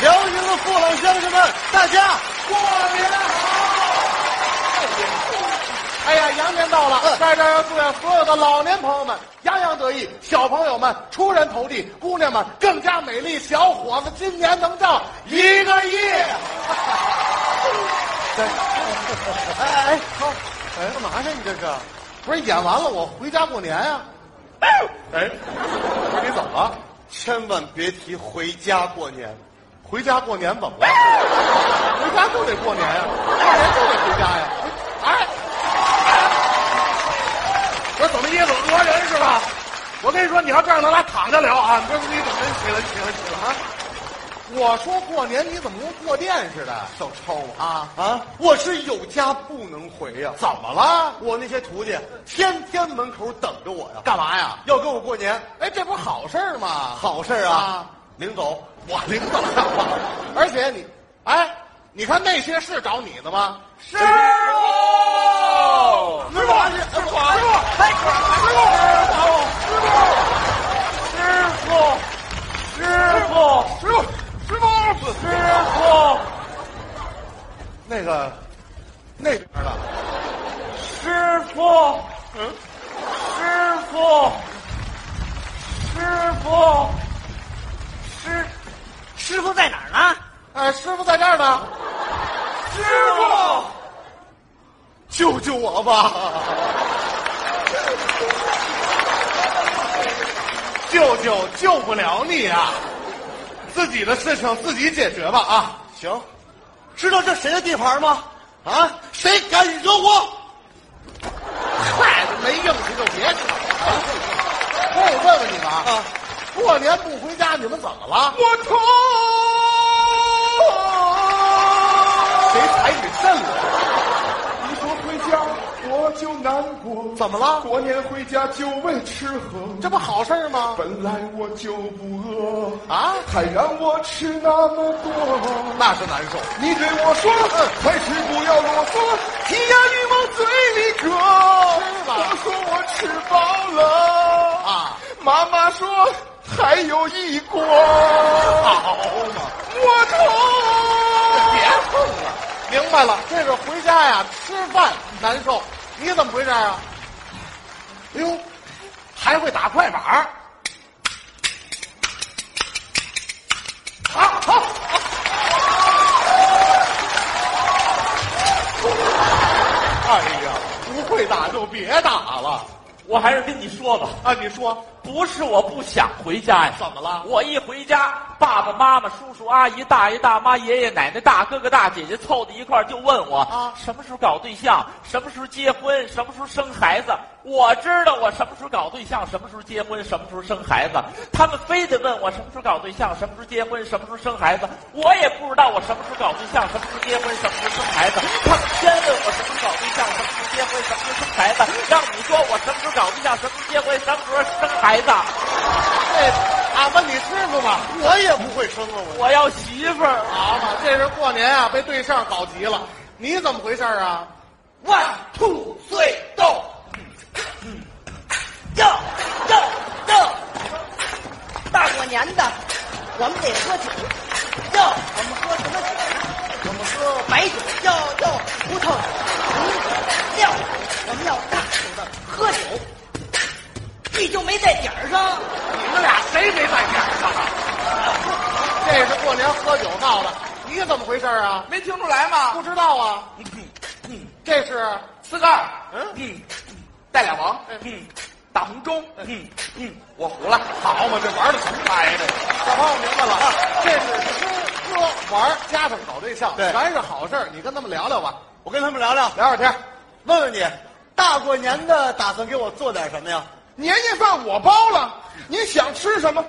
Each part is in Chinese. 辽宁的父老乡亲们，大家过年好！哎呀，羊年哎到了，在这儿要祝愿所有的老年朋友们洋洋得意，小朋友们出人头地，姑娘们更加美丽，小伙子今年能挣一个亿！哎哎，好，哎，干嘛去？你这是？不是演完了，我回家过年啊呀、哎，不是你怎么了？千万别提回家过年，回家过年怎么了？回家就得过年呀、过年就得回家呀、哎，我怎么意思？讹人是吧？我跟你说，你要这样，咱俩躺着聊啊！不是你怎么起来起来起来啊？我说过年你怎么跟过电似的小超啊啊？啊！我是有家不能回呀、怎么了？我那些徒弟天天门口等着我呀，干嘛呀？要跟我过年，哎，这不是好事儿吗？好事儿啊！啊领走，我领导干嘛？而且你，哎，你看那些是找你的吗？哎师啊傅，师傅，师傅，师傅，师傅，师傅，师傅，师傅，师傅，那个，那边的，师傅，嗯，师傅，师傅，师，师傅在哪儿呢？哎，师傅在这儿呢，师傅。救救我吧！舅舅救不了你啊，自己的事情自己解决吧啊！行。知道这谁的地盘吗？啊，谁敢惹我？嗨，没硬气就别吵了。不是我问问你们啊啊，过年不回家，你们怎么了？我痛。谁踩你肾了？你不回家，我就难过。怎么了？过年回家就为吃喝，这不好事儿吗？本来我就不饿，啊，还让我吃那么多。那是难受。你对我说，还是不要啰嗦，鸡鸭鱼往嘴里搁。吃吧我说我吃饱了啊，妈妈说还有一锅。好嘛，我啊痛。别啊碰了。明白了，这是回家呀，吃饭难受。你怎么回事啊？哎呦，还会打快板儿。好好。哎呀，不会打就别打了我还是跟你说吧，啊！你说不是我不想回家呀。怎么了？我一回家，爸爸妈妈、叔叔阿姨、大爷大妈、爷爷奶奶、大哥哥大姐姐凑在一块儿就问我啊什么时候搞对象，什么时候结婚，什么时候生孩子。我知道我什么时候搞对象，什么时候结婚，什么时候生孩子。他们非得问我什么时候搞对象，什么时候结婚，什么时候生孩子。我也不知道我什么时候搞对象，什么时候结婚，什么时候生孩子。他们先问我什么时候搞对象，什么时候结婚，什么时候生孩子。让你说我什么时候搞对象，什么时候结婚，什么时候生孩子。这啊，问你师傅吧。我也不会生啊，我我要媳妇儿。好嘛，这是过年啊，被对象搞急了。你怎么回事啊？万兔最逗，哟哟哟！大过年的，我们得喝酒。哟，我们喝什么酒呢？我们喝白酒。哟哟，葡萄酒、红酒。哟，我们要大口的喝酒。你就没在点儿上。你们俩谁没在点儿上啊？这是过年喝酒闹的，你怎么回事啊？没听出来吗？不知道啊？这是四个二，嗯嗯，带俩王，嗯，大红中，嗯嗯，我服了。好嘛？这玩的什么牌呢？小朋友明白了，啊、这是吃喝玩加上搞对象，对全是好事儿。你跟他们聊聊吧，我跟他们聊聊，聊会儿天。问问你，大过年的打算给我做点什么呀？年夜饭我包了，您想吃什么？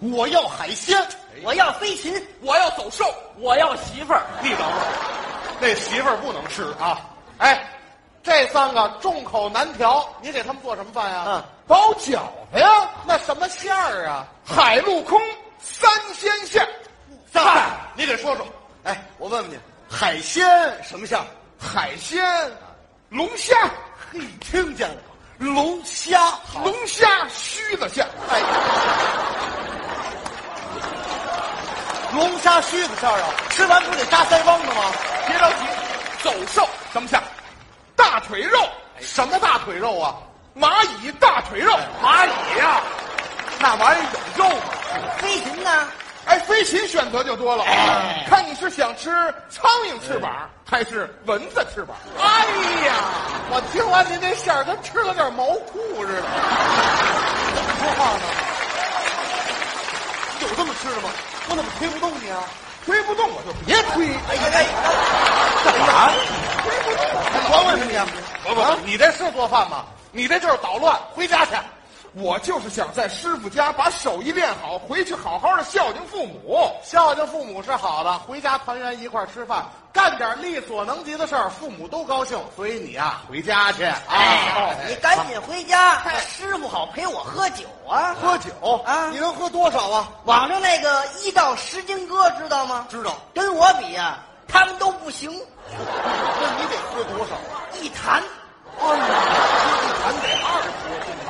我要海鲜。我要飞禽，我要走兽，我要媳妇儿。你等会儿，那媳妇儿不能吃啊！哎，这三个众口难调，你给他们做什么饭呀、嗯包饺子呀。那什么馅儿啊？海陆空三鲜馅。嗨，你给说说，哎，我问问你，海鲜什么馅儿？海鲜、龙虾、嘿，听见了吗？龙虾，龙龙哎虾须子馅。哎，龙虾须子馅儿啊，吃完不得扎腮帮子吗？别着急，走兽什么馅？大腿肉，什么大腿肉啊？蚂蚁大腿肉，蚂蚁呀、那玩意儿有肉吗？飞啊禽呢？哎，飞禽选择就多了啊！看你是想吃苍蝇翅膀，还是蚊子翅膀？哎呀，我听完您这馅儿，跟吃了点毛裤似的。说话呢？有这么吃的吗？我怎么推不动你啊？推不动我就别推，哎呀，哎干嘛？你管我什么呀？不不，你这是做饭吗？你这就是捣乱，回家去。我就是想在师傅家把手艺练好，回去好好的孝敬父母。孝敬父母是好的，回家团圆一块儿吃饭，干点力所能及的事儿，父母都高兴。所以你啊，回家去啊！哦哎，你赶紧回家，师傅好陪我喝酒啊！喝酒啊哦你能喝多少啊？网上那个一到十斤哥知道吗？知道，跟我比呀、他们都不行，那你得喝多少啊？一坛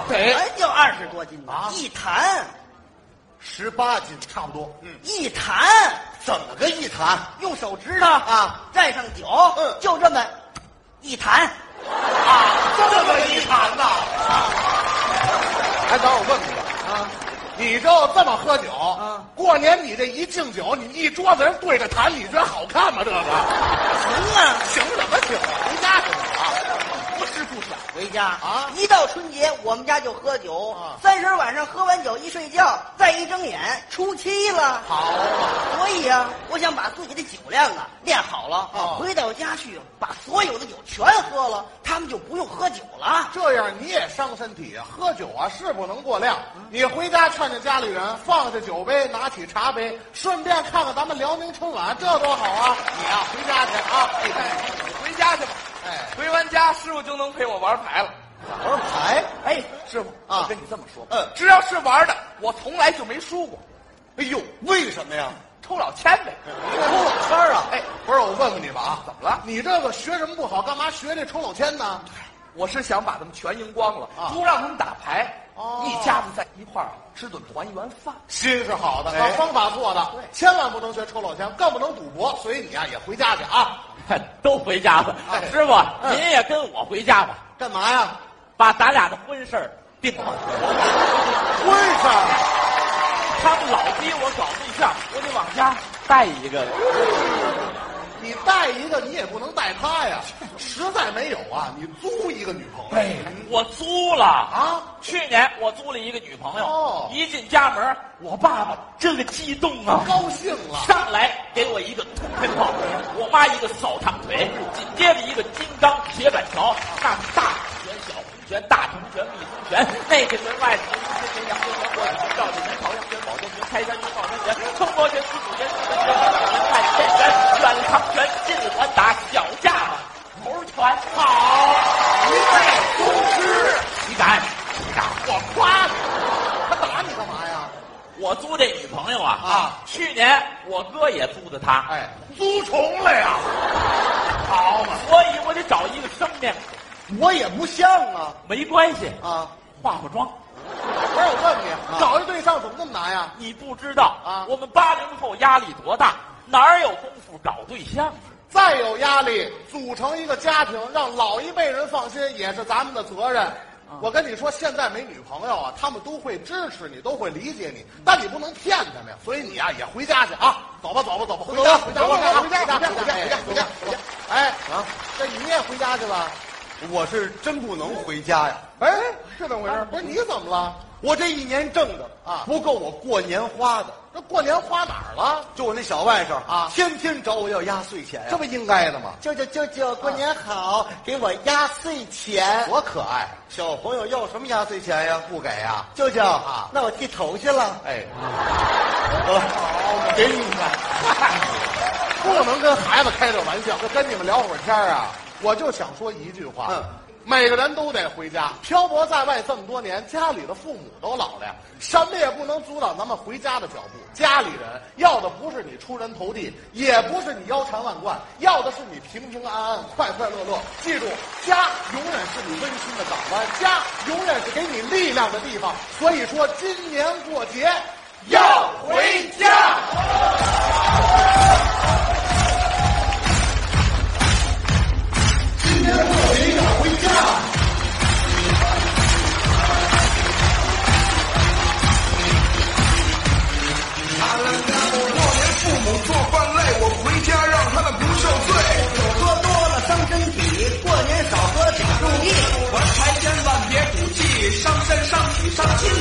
得哎就二十多斤吧，一坛十八斤差不多。嗯，一坛，怎么个一坛？用手指头啊蘸上酒，嗯就这么一坛。这么一坛呐！哎，等会儿我问你啊，你就这么喝酒？啊过年你这一敬酒，你一桌子人对着谈，你觉得好看吗？这个行啊，行什么行啊？回家去吧啊！不吃不喝。回家啊一到春节我们家就喝酒，啊三十晚上喝完酒一睡觉，再一睁眼初七了。好啊，所以啊，我想把自己的酒量啊练好了，哦回到家去把所有的酒全喝了，他们就不用喝酒了。这样你也伤身体啊！喝酒啊是不能过量。嗯你回家劝劝家里人，放下酒杯，拿起茶杯，顺便看看咱们辽宁春晚，这多好啊！你啊，回家去啊！哎，回家去吧。哎，回完家，师傅就能陪我玩牌了。玩儿牌？哎，师傅啊我跟你这么说，嗯只要是玩的，我从来就没输过，哎呦，为什么呀？抽老千呗。抽老千儿啊？哎，不是，我问问你吧啊，怎么了你这个学什么不好，干嘛学这抽老千呢？我是想把他们全赢光了，啊不让他们打牌。哦一家子在一块儿吃顿团圆饭。心是好的，哎啊，方法错的，千万不能学抽老千，更不能赌博。所以你呀、也回家去啊。都回家吧，哎师傅，您也跟我回家吧，干嘛呀？把咱俩的婚事儿定了。婚事儿？他们老逼我搞对象，我得往家带一个。你带一个，你也不能带他呀，实在没有啊，你租一个女朋友。哎，我租了啊！啊，去年我租了一个女朋友，哦一进家门，我爸爸这个激动啊！高兴了，上来给我一个通天炮，我妈一个扫堂腿，紧接着一个金刚铁板桥，那是大红拳、小红拳、大铜拳、密宗拳，那个拳、外拳、四拳、阳拳、火拳、赵铁拳、朝阳拳、保健拳、开山拳、抱山拳、冲波拳、四股拳、四门拳、五门拳、太极拳、远长拳、近环打、小架子、头拳，好，一代哎宗师，你敢？你敢？我夸你。他打你干嘛呀？我租这女朋友啊啊去年我哥也租的她，哎，租虫了呀！好嘛，所以我得找一个生面孔。我也不像啊没关系，啊！化化妆。不是我问你，找一对象怎么这么难呀？你不知道啊我们八零后压力多大，哪儿有功夫搞对象啊去？再有压力，组成一个家庭，让老一辈人放心，也是咱们的责任。啊我跟你说，现在没女朋友啊，他们都会支持你，都会理解你，但你不能骗他们呀。所以你呀、也回家去啊，走吧，走吧，走吧，回家，回家，回家，回家，回家，回家，回家，回家，回家。哎，啊，这你也回家去吧？我是真不能回家呀。啊哎，是怎么回事？不是你怎么了？我这一年挣的啊不够我过年花的。这过年花哪儿了？就我那小外甥啊天天找我要压岁钱呀这不应该的吗？舅舅舅舅，过年好，给我压岁 钱。多可爱！小朋友要什么压岁钱呀？不给呀舅舅啊那我剃头去了。哎，给你看，不能跟孩子开这玩笑，就跟你们聊会儿天儿啊。我就想说一句话，嗯每个人都得回家。漂泊在外这么多年，家里的父母都老了呀，什么也不能阻挡咱们回家的脚步。家里人要的不是你出人头地，也不是你腰缠万贯，要的是你平平安安、快快乐乐。记住，家永远是你温馨的港湾，家永远是给你力量的地方。所以说，今年过节要回家。上进。